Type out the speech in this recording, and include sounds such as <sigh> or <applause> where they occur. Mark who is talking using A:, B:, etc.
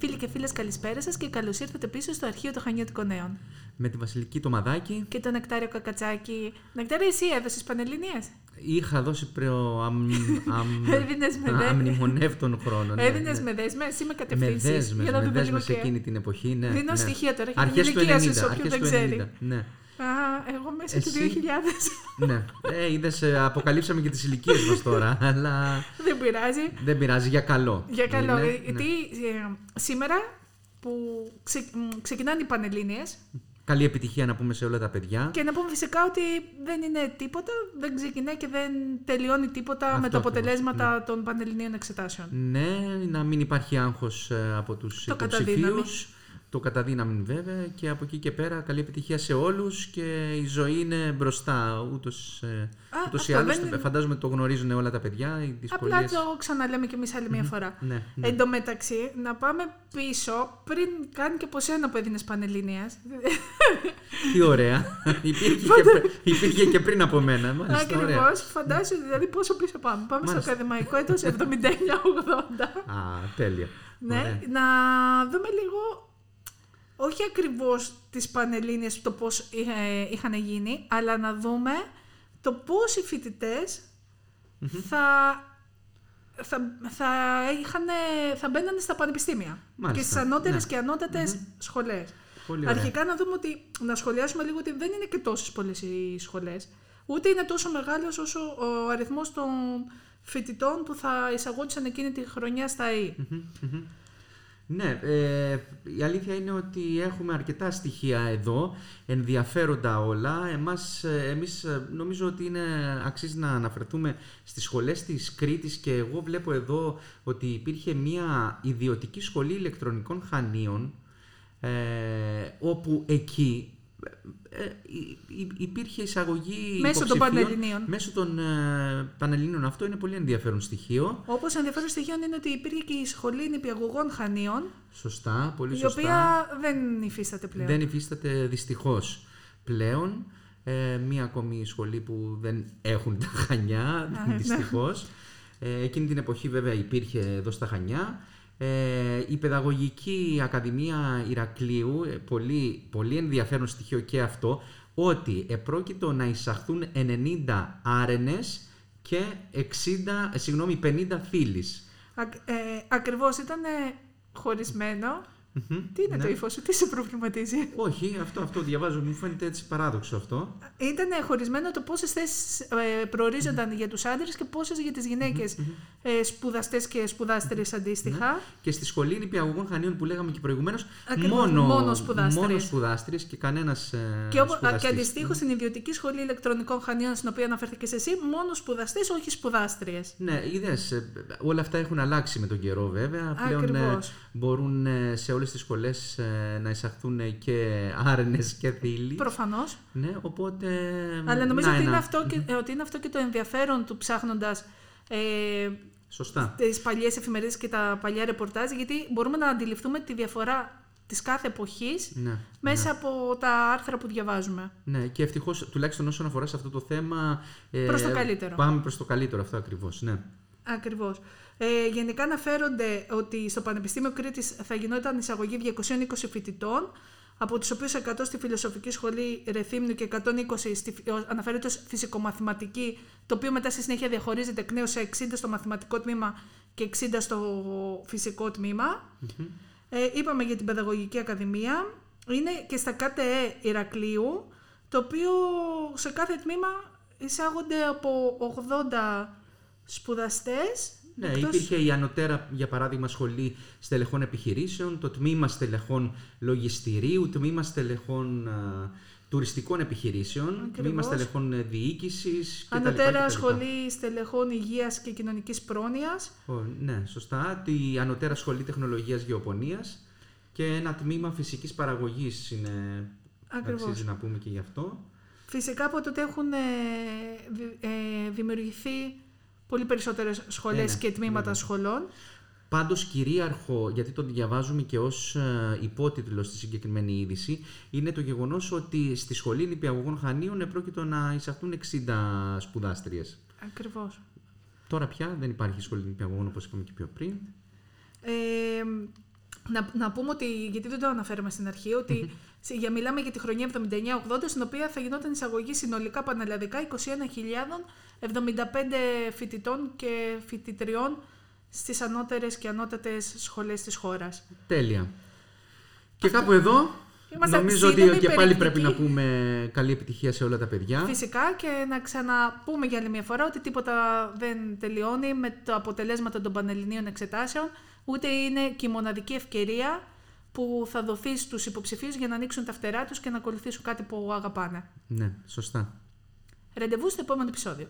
A: Φίλοι και φίλες, καλησπέρα σας και καλώς ήρθατε πίσω στο αρχείο των Χανιώτικων Νέων.
B: Με τη Βασιλική το μαδάκι.
A: Και το Νεκτάριο Κακατσάκι. Νεκτάριο, εσύ έδωσες Πανελληνίες.
B: Είχα δώσει πριν.
A: <laughs>
B: Αμ, αμ,
A: Έδινες με
B: Ναι. α,
A: δέ-
B: αμνημονεύ των χρόνων. ναι,
A: Έδινε
B: ναι.
A: με δέσμες, εσύ με
B: με
A: κατευθύνσει.
B: δέσμες.
A: Για να
B: Με
A: δούμε λίγο
B: δέσμε σε
A: και.
B: εκείνη την εποχή. Ναι,
A: Δίνω
B: ναι.
A: στοιχεία τώρα, για την
B: Αρχές του
A: ηλικία σου,
B: 90,
A: σε όποιον
B: αρχές
A: δεν
B: του
A: ξέρει.
B: 90, Ναι,
A: Α, εγώ μέσα του
B: Εσύ.
A: 2000.
B: ναι. Ε, είδες, ε, αποκαλύψαμε και τις ηλικίες μας τώρα, <laughs> αλλά
A: <laughs> δεν πειράζει.
B: δεν πειράζει, για καλό.
A: Για καλό.
B: Είναι,
A: Ε,
B: ναι.
A: Τι, ε, σήμερα που ξε- μ, ξεκινάνε οι Πανελλήνιες
B: Καλή επιτυχία να πούμε σε όλα τα παιδιά.
A: και να πούμε φυσικά ότι δεν είναι τίποτα, δεν ξεκινάει και δεν τελειώνει τίποτα με
B: Αυτό
A: τα
B: ακριβώς,
A: αποτελέσματα των Πανελληνίων εξετάσεων.
B: Ναι, να μην υπάρχει άγχος ε, από τους
A: Το
B: υποψηφίους. Το καταδύναμη βέβαια και από εκεί και πέρα καλή επιτυχία σε όλους και η ζωή είναι μπροστά ούτως, ε,
A: Α,
B: ούτως ή
A: αυτό
B: άλλως.
A: δεν είναι-
B: Φαντάζομαι ότι το γνωρίζουν όλα τα παιδιά, οι δυσκολίες.
A: Απλά το ξαναλέμε κι εμείς άλλη μια φορά.
B: Ναι, ναι.
A: Εν τω μεταξύ, να πάμε πίσω πριν κάνει και από σένα που έδινε Πανελληνίας.
B: Τι
A: <laughs>
B: ωραία. υπήρχε, και, πρι- υπήρχε και πριν από μένα. Μάλιστα, ωραία.
A: Ακριβώς. Φαντάζομαι δηλαδή πόσο πίσω πάμε. Πάμε στο
B: Μάλιστα.
A: ακαδημαϊκό έτος 79-80.
B: Α, τέλεια.
A: Ναι,
B: Ωραία.
A: να δούμε λίγο όχι ακριβώς τις Πανελλήνιες το πώς ε, είχαν γίνει, αλλά να δούμε το πώς οι φοιτητες θα, θα, θα, είχαν, θα μπαίνανε στα πανεπιστήμια
B: Μάλιστα,
A: και στις ανώτερες
B: ναι.
A: και ανώτατες σχολές.
B: Πολύ ωραία.
A: Αρχικά να δούμε ότι, να σχολιάσουμε λίγο ότι δεν είναι και τόσες πολλές οι σχολές, ούτε είναι τόσο μεγάλος όσο ο αριθμός των φοιτητών που θα εισαγόντουσαν εκείνη τη χρονιά στα ΕΕ.
B: Ναι, ε, η αλήθεια είναι ότι έχουμε αρκετά στοιχεία εδώ, ενδιαφέροντα όλα. Εμάς, ε, εμείς ε, νομίζω ότι είναι αξίζει να αναφερθούμε στις σχολές της Κρήτης και εγώ βλέπω εδώ ότι υπήρχε μια ιδιωτική σχολή ηλεκτρονικών χανίων ε, όπου εκεί ε, ε, υ- υ- υπήρχε εισαγωγή
A: Μέσω των
B: υποψηφίων
A: Πανελληνίων.
B: Μέσω των ε, Πανελληνίων. Αυτό είναι πολύ ενδιαφέρον στοιχείο.
A: Όπως ενδιαφέρον στοιχείο είναι ότι υπήρχε και η σχολή νηπιαγωγών Χανίων,
B: Σωστά, πολύ
A: η
B: σωστά.
A: οποία δεν υφίσταται πλέον.
B: Δεν υφίσταται δυστυχώς πλέον. Ε, μία ακόμη σχολή που δεν έχουν τα Χανιά,
A: ναι.
B: δυστυχώς. Ε, εκείνη την εποχή βέβαια υπήρχε εδώ στα Χανιά. Ε, η Παιδαγωγική Ακαδημία Ηρακλείου, ε, πολύ, πολύ ενδιαφέρον στοιχείο και αυτό, ότι επρόκειτο να εισαχθούν 90 άρενες και 60, ε, συγγνώμη, 50 θύλεις.
A: Α- ε, Ακριβώς ήταν χωρισμένο. Τι είναι
B: Ναι.
A: το ύφος σου, τι σε προβληματίζει.
B: Όχι, αυτό, αυτό διαβάζω, μου φαίνεται έτσι παράδοξο αυτό.
A: Ήταν χωρισμένο το πόσες θέσεις προορίζονταν για τους άντρες και πόσες για τις γυναίκε ε, σπουδαστές και σπουδάστερε
B: Ναι.
A: αντίστοιχα.
B: και στη σχολή νηπιαγωγών Χανίων που λέγαμε και προηγουμένως.
A: Ακριβώς,
B: Μόνο,
A: μόνο σπουδάστερες.
B: μόνο σπουδάστερες και ε, κανένα.
A: Και, όπου- α, και αντιστοίχω στην ιδιωτική σχολή ηλεκτρονικών χανίων, στην οποία αναφέρθηκες εσύ, μόνο σπουδαστές, όχι σπουδάστριες.
B: Ναι, είδες. Όλα αυτά έχουν αλλάξει με τον καιρό, βέβαια. Πλέον ε,
A: Ακριβώς.
B: μπορούν ε, σε όλες τι σχολέ να εισαχθούν ε, και άρνες και θύλοι.
A: Προφανώς.
B: Ναι, οπότε. ε,
A: Αλλά νομίζω
B: να
A: ότι, είναι
B: ένα.
A: αυτό και, ε, ότι είναι αυτό και το ενδιαφέρον του ψάχνοντας ε,
B: Σωστά.
A: τις παλιές εφημερίδες και τα παλιά ρεπορτάζ, γιατί μπορούμε να αντιληφθούμε τη διαφορά της κάθε εποχής
B: Ναι.
A: μέσα από τα άρθρα που διαβάζουμε.
B: Ναι, και ευτυχώς, τουλάχιστον όσον αφορά σε αυτό το θέμα. ε,
A: Προς το καλύτερο.
B: Πάμε προς το καλύτερο, αυτό ακριβώς. Ναι.
A: Ακριβώς. Ε, γενικά αναφέρονται ότι στο Πανεπιστήμιο Κρήτης θα γινόταν εισαγωγή 220 φοιτητών, από τους οποίους 100 στη Φιλοσοφική Σχολή Ρεθύμνου και 120 στη, ο- αναφέρεται ως φυσικομαθηματική, το οποίο μετά στη συνέχεια διαχωρίζεται εκ νέους σε 60 στο μαθηματικό τμήμα και 60 στο φυσικό τμήμα. Ε, είπαμε για την Παιδαγωγική Ακαδημία. Είναι και στα ΚΤΕ Ηρακλείου, το οποίο σε κάθε τμήμα εισάγονται από 80 σπουδαστές.
B: Ναι,
A: εκτός-
B: υπήρχε η ανωτέρα, για παράδειγμα, σχολή στελεχών επιχειρήσεων, το τμήμα στελεχών λογιστηρίου, τμήμα στελεχών α, τουριστικών επιχειρήσεων, τμήμα
A: Ακριβώς.
B: στελεχών ε, διοίκησης.
A: Ανωτέρα Σχολή Στελεχών Υγείας και Κοινωνικής Πρόνοιας.
B: ναι, σωστά. Η ανωτέρα σχολή τεχνολογίας γεωπονίας και ένα τμήμα φυσικής παραγωγής είναι.
A: Ακριβώς.
B: Αξίζει να πούμε και γι' αυτό.
A: Φυσικά από τότε έχουν ε, δη- ε, δημιουργηθεί πολύ περισσότερες σχολές
B: Ε, ναι,
A: και τμήματα σχολών.
B: Πάντως κυρίαρχο, γιατί το διαβάζουμε και ως υπότιτλο στη συγκεκριμένη είδηση, είναι το γεγονός ότι στη σχολή νηπιαγωγών Χανίων επρόκειτο να εισαχθούν 60 σπουδάστριες.
A: Ακριβώς.
B: Τώρα πια δεν υπάρχει σχολή νηπιαγωγών όπως είπαμε και πιο πριν.
A: Ε, να, να πούμε ότι, γιατί δεν το αναφέραμε στην αρχή, ότι σε- για, μιλάμε για τη χρονιά 79-80, στην οποία θα γινόταν εισαγωγή συνολικά πανελλαδικά 21.075 φοιτητών και φοιτητριών στις ανώτερες και ανώτατες σχολές της χώρας.
B: Τέλεια. Και κάπου εδώ
A: Είμαστε
B: νομίζω ότι
A: σύντομοι,
B: και πάλι
A: περιεκτικοί.
B: πρέπει να πούμε καλή επιτυχία σε όλα τα παιδιά.
A: Φυσικά και να ξαναπούμε για άλλη μια φορά ότι τίποτα δεν τελειώνει με τα αποτελέσματα των πανελληνίων εξετάσεων, ούτε είναι και η μοναδική ευκαιρία που θα δοθεί στους υποψηφίους για να ανοίξουν τα φτερά τους και να ακολουθήσουν κάτι που αγαπάνε.
B: Ναι, σωστά.
A: Ραντεβού στο επόμενο επεισόδιο.